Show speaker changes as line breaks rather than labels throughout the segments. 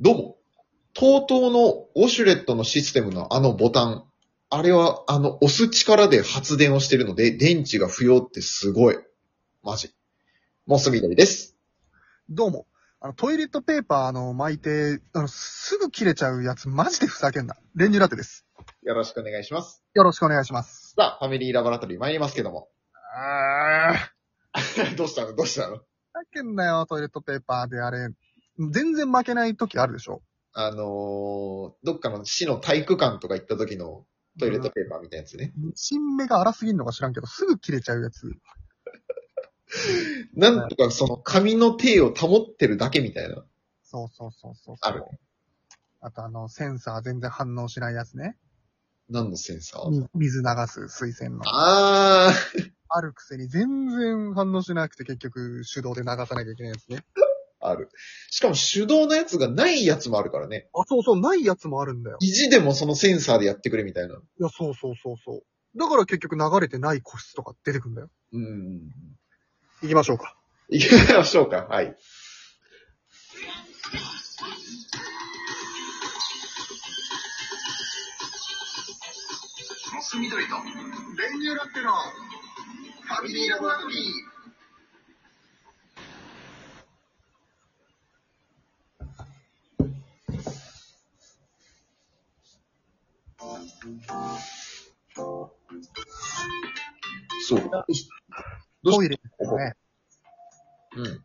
どうも。TOTO のウォシュレットのシステムのあのボタン。あれは、あの、押す力で発電をしてるので、電池が不要ってすごい。マジ。モス緑です。
どうも。あの、トイレットペーパーの巻いて、あの、すぐ切れちゃうやつ、マジでふざけんな。練乳ラテです。
よろしくお願いします。
よろしくお願いします。
さあ、ファミリーラボラトリー参りますけども。
あー。ふ
どうしたのどうしたの
ざけんなよ、トイレットペーパーであれ。全然負けない時あるでしょ。
あのー、どっかの市の体育館とか行った時のトイレットペーパーみたいなやつね。
うん新芽が荒すぎんのか知らんけど、すぐ切れちゃうやつ。
なんとかその紙の手を保ってるだけみたいな。
そうそうそうそうそう。
あるね。
あとあの、センサー全然反応しないやつね。
何のセンサー、
み水流す水栓の。
あー。
あるくせに全然反応しなくて結局手動で流さなきゃいけないやつね。
ある。しかも手動のやつがないやつもあるからね。
あ、そうそう、ないやつもあるんだよ。
意地でもそのセンサーでやってくれみたいな。
いや、そうそうそうそう。だから結局流れてない個室とか出てくんだよ。
うん。
行きましょうか。
行きましょうか。はい。
モス緑と、練乳ラッテの、ファミリーラボラトリー。
そう。どう
ト
し
イレですよね。
うん。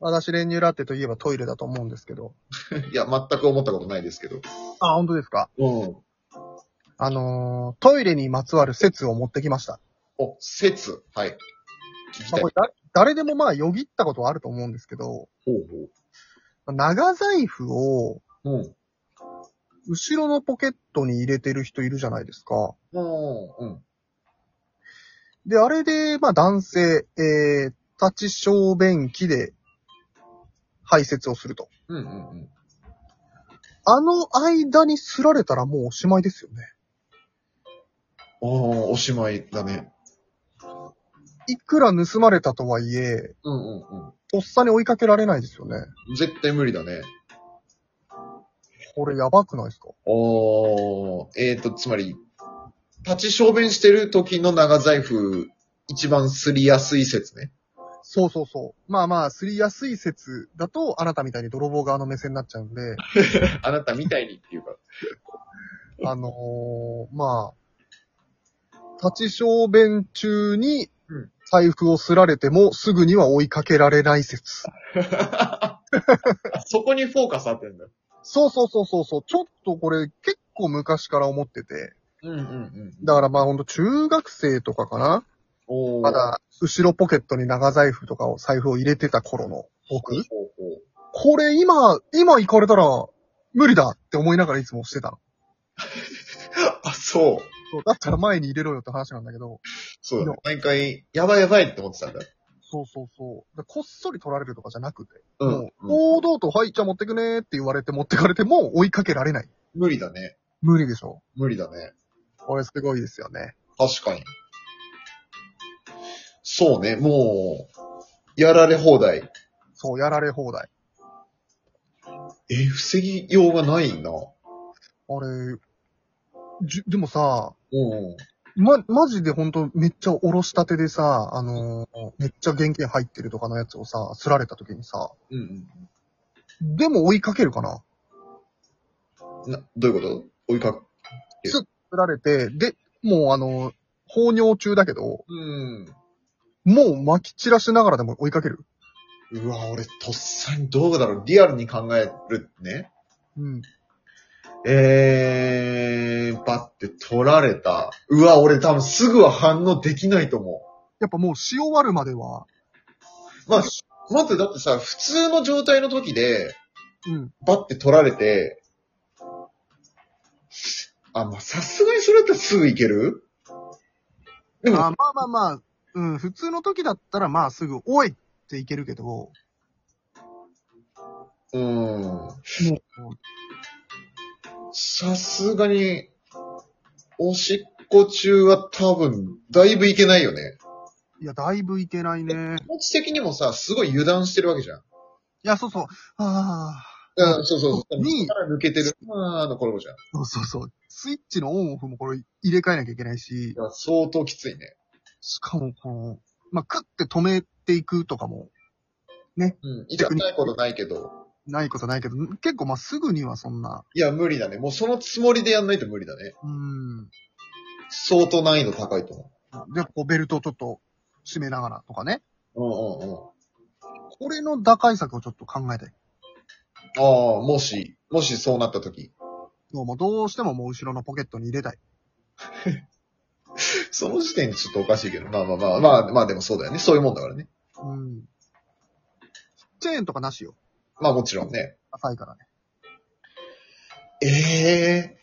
私、練乳ラッテといえばトイレだと思うんですけど。
いや、全く思ったことないですけど。
あ、本当ですか
うん。
あのー、トイレにまつわる説を持ってきました。
お、説。はい。聞きた
まあ、
い。
これだ誰でもまあ、よぎったことはあると思うんですけど、
ほう
長財布を、
ほう。うん。
後ろのポケットに入れてる人いるじゃないですか。
もう、うん。
で、あれで、まあ男性、えー、立ち小便器で排泄をすると。
うんうんうん。
あの間にすられたらもうおしまいですよね。
おー、おしまいだね。
いくら盗まれたとはいえ、
うんうん
とっさに追いかけられないですよね。
うん。絶対無理だね。
これやばくないですか
おー、えーと、つまり、立ち小便してる時の長財布、一番すりやすい説ね。
そうそうそう。まあまあ、すりやすい説だと、あなたみたいに泥棒側の目線になっちゃうんで、
あなたみたいにっていうか。
あのー、まあ、立ち小便中に
うん
財布をすられてもすぐには追いかけられない説。
そこにフォーカス当てんだよ。
そうそうそうそうそう。ちょっとこれ結構昔から思ってて。
うんうんうん。
だからまあほんと中学生とかかな
おー
ま。だ後ろポケットに長財布とかを財布を入れてた頃の
ほう
僕。
ほう
これ今、今行かれたら無理だって思いながらいつもしてたの。
あ、そう。
そうだったら前に入れろよって話なんだけど。
そうだね。毎回、やばいやばいって思ってたんだ。
そうそうそう。でこっそり取られるとかじゃなくて。
う
も
ん
う。、堂々と、はい、じゃあ持ってくねーって言われて持ってかれても追いかけられない。
無理だね。
無理でしょ。
無理だね。
これすごいですよね。
確かに。そうね、もう、やられ放題。
そう、やられ放題。
え、防ぎようがないな。
あれ、じゅ、でもさ、
うん。
ま、マジでほんとめっちゃおろしたてでさ、あのーめっちゃ現金入ってるとかのやつをさ、すられた時にさ、
うんうん。
でも追いかけるかな
な、どういうこと追いかけ。
すられて、で、もうあのー放尿中だけど、
うん。
もう撒き散らしながらでも追いかける。
うわ、俺、とっさにどうだろう。リアルに考えるね。
うん。
えー、バって取られた。うわ、俺多分すぐは反応できないと思
やっぱもうし終わるまでは、
う。まあ、待って、だってさ、普通の状態の時で、
うん。
バって取られて、あ、まあ、さすがにそれだったらすぐいけるでも、
あまあまあまあ、うん、普通の時だったらまあすぐ、おいっていけるけど、も
うーん。
う、
さすがに、おしっこ中は多分、だいぶいけないよね。
いや、だいぶいけないね。
気持ち的にもさ、すごい油断してるわけじゃん。
いや、そうそう。ああ、
うん、そうそうそう。
に
から抜けてる。まあ、の頃じゃん。い
そうそうそう。スイッチのオンオフもこれ入れ替えなきゃいけないし、
や、相当きついね。
しかもこの、まあ、クッて止めていくとかも
うん。痛くないことないけど。
ないことないけど、結構まあ、すぐにはそんな、
いや、無理だね。もうそのつもりでやんないと無理だね。
うん。
相当難易度高いと思
で、こうベルトをちょっと締めながらとかね。
う。うんうんうん。
これの打開策をちょっと考えたい。
ああ、もし、もしそうなった時。
どうもどうしてももう後ろのポケットに入れたい。
その時点でちょっとおかしいけど。まあまあまあ、まあまあでもそうだよね。そういうもんだからね。
うん。チェーンとかなしよ。
まあもちろんね。
浅いからね。
ええ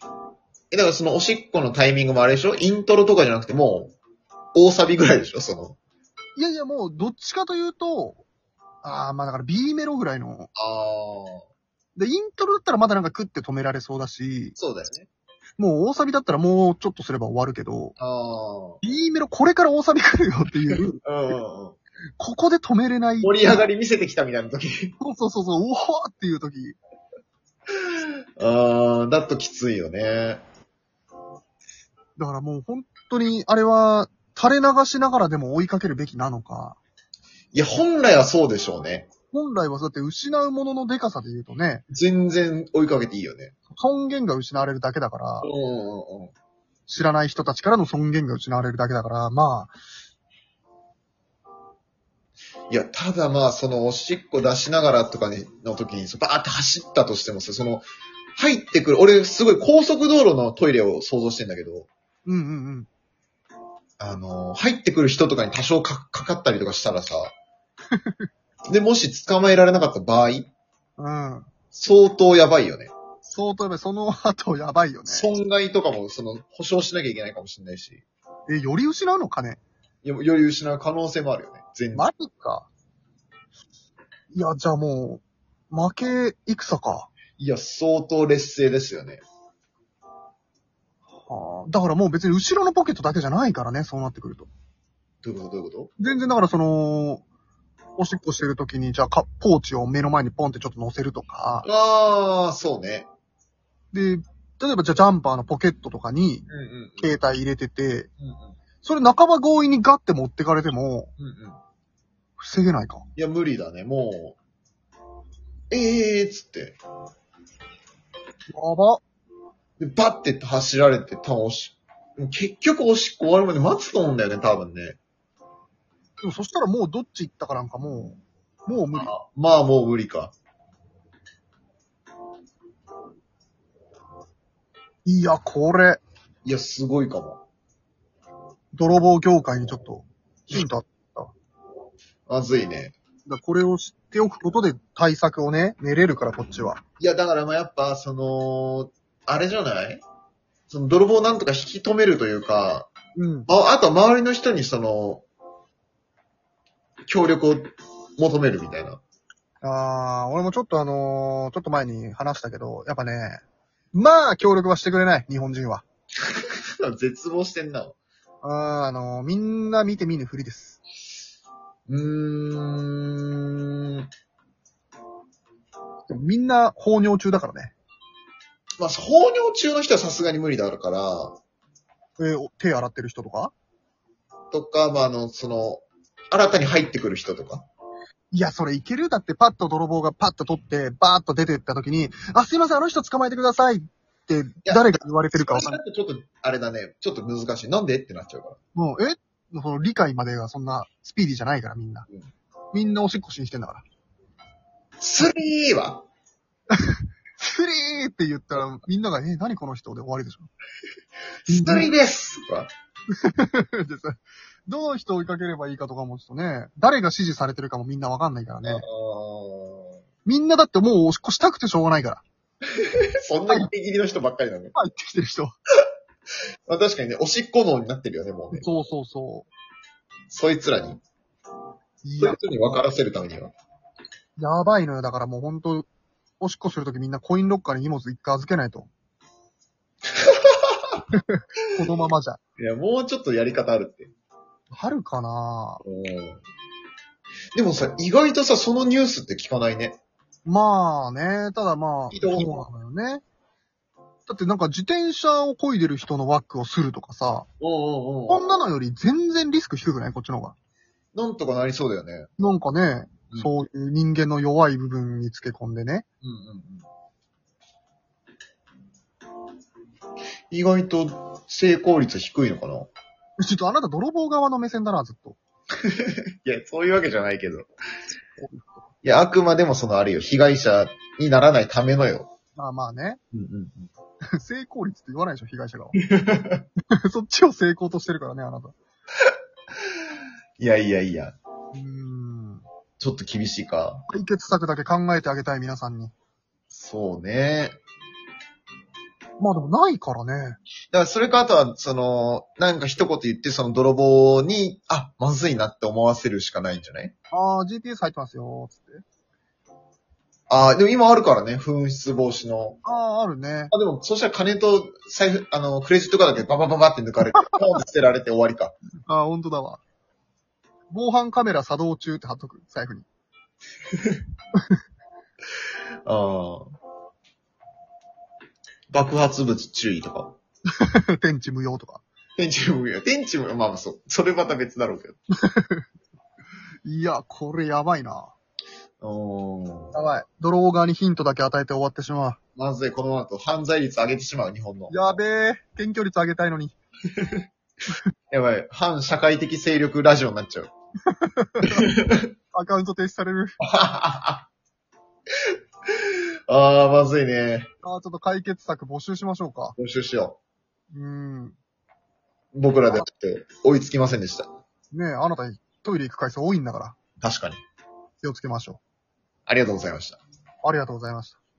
え、だからそのおしっこのタイミングもあれでしょイントロとかじゃなくてもう、大サビぐらいでしょその。
いやいや、もうどっちかというと、ああ、まあだから B メロぐらいの。
ああ、
で、イントロだったらまだなんかクって止められそうだし、
そうだよね。
もう大サビだったらもうちょっとすれば終わるけど、
あ
B メロこれから大サビ来るよっていう、
あ、うんうんうん。
ここで止めれない。
盛り上がり見せてきたみたいな時。
そうそうそうそう、おおっていう時。
ああ、だときついよね。
だからもう本当に、あれは、垂れ流しながらでも追いかけるべきなのか、
いや、本来はそうでしょうね。
本来はそうやって失うもののデカさで言うとね、
全然追いかけていいよね。
尊厳が失われるだけだから
う、んうんうん。
知らない人たちからの尊厳が失われるだけだから、まあ、
いや、ただまあ、その、おしっこ出しながらとかに、の時に、そバーって走ったとしてもさ、その、入ってくる、俺、すごい高速道路のトイレを想像してんだけど、
うんうんうん。
あの、入ってくる人とかに多少かかかったりとかした らさ、で、もし捕まえられなかった場合、
うん。
相当やばいよね。
相当やばい。その後やばいよね。
損害とかも、その、保証しなきゃいけないかもしれないし、
え、より失うの金。
よ余裕失う可能性もあるよね。全然。
マジか。いや、じゃあもう、負け戦か。
いや、相当劣勢ですよね。
はあだからもう別に後ろのポケットだけじゃないからね、そうなってくると。
どういうことどういうこ
全然だからその、おしっこしてる時に、じゃあか、ポーチを目の前にポンってちょっと乗せるとか、
とああ、そうね。
で、例えばじゃあジャンパーのポケットとかに
うんうん
携帯入れてて、
うん。うん
それ半ば強引にガッて持ってかれても、
うんうんうん。
防げないか。
いや、無理だね、もう。ええーっつって。
やば。
で、バッて走られて、多分おし、結局おしっこ終わるまで待つと思うんだよね、多分ね。
でもそしたらもうどっち行ったかなんかもう、もう無理。
あまあ、もう無理か。
いや、これ、
いや、すごいかも。
泥棒業界にちょっと、ヒントあっ
まずいね。
た。これを知っておくことで対策をね、練れるからこっちは。
いや、だからまあやっぱ、その、あれじゃないその、泥棒をなんとか引き止めるというか、
うん。
まあ、あとは周りの人にその、協力を求めるみたいな。
あー、俺もちょっとあのーちょっと前に話したけど、やっぱね、まあ協力はしてくれない、日本人は。
絶望してんな。
あー、あのーみんな見て見ぬふりです。
うーん。
みんな放尿中だからね。
まあ、放尿中の人はさすがに無理だから、
えーお手洗ってる人とか
とか、まあ、あの、その、新たに入ってくる人とか。
いや、それいけるだってパッと泥棒がパッと取って、バーッと出てった時に、あ、すいません、あの人捕まえてくださいって、
や
誰が言われてるかわ
そ
か
れ
んない。
だとちょっと、あれだね、ちょっと難しい。なんでってなっちゃうから。
もう、えもうその理解までがそんなスピーディーじゃないから、みんな
うん。
みんなおしっこしにしてんだから。
スリーは
スリーって言ったら、みんなが、え、何この人で終わり でしょ。
スリーですは
でさどの人追いかければいいかとかもちょっとね、誰が指示されてるかもみんなわかんないからね。みんなだってもうおしっこしたくてしょうがないから。
そんなギリギリの人ばっかりだね。
入ってきてる人。
まあ、確かにね、おしっこ脳になってるよね、もうね。
そうそうそ
そいつらに。
う。い
そ
や
い、つらに分からせるためには。
やばいのよ。だからもうほんと、おしっこするときみんなコインロッカーに荷物一回預け ないと。このままじゃ。
いや、もうちょっとやり方あるって。
あるかな
うん。でもさ、意外とさ、そのニュースって聞かないね。
まあね、ただまあ、
移
そ
動
うなのよね。だってなんか自転車を漕いでる人のワックをするとかさ、
うん
こんなのより全然リスク低くないこっちの方が。
なんとかなりそうだよね。
なんかね、
うん
そういう人間の弱い部分につけ込んでね。
うんうんうん。意外と成功率低いのかな
ちょっとあなた泥棒側の目線だな、ずっと。
いや、そういうわけじゃないけど。いや、あくまでもそのあれよ、被害者にならないためのよ。
まあまあね。
うんうん。
成功率って言わないでしょ、被害者が。 そっちを成功としてるからね、あなた。う
いやいやいや、
ーん。
ちょっと厳しいか。
解決策だけ考えてあげたい、皆さんに。
そうね。
まあでもないからね。
だからそれかあとは、その、なんか一言言ってその泥棒に、あ、まずいなって思わせるしかないんじゃない
あー、GPS 入ってますよ、つって。
ああ、でも今あるからね、紛失防止の。
あー、あるね。
あ、でも、そしたら金と財布、あの、クレジットカードだけババババって抜かれて、ポンって捨てられて終わりか。
あー、ほんとだわ。防犯カメラ作動中って貼っとく、財布に。
ああ。爆発物注意とか。
天地無用とか。
天地無用。天地無用。まあまあそう。それまた別だろうけど。
いや、これやばいな。
お
やばい。ドロー側にヒントだけ与えて終わってしまう。
まずい、この後犯罪率上げてしまう、日本の。
やべえ。検挙率上げたいのに。
やばい。反社会的勢力ラジオになっちゃう。
アカウント停止される。
ああ、まずいね。
あー、ちょっと解決策募集しましょうか。
募集しよ
うーん。
う。僕らでやって追いつきませんでした。
ねえ、あなたトイレ行く回数多いんだから、
確かに。
気をつけましょ
ありがとうございました。
う。ありがとうございました。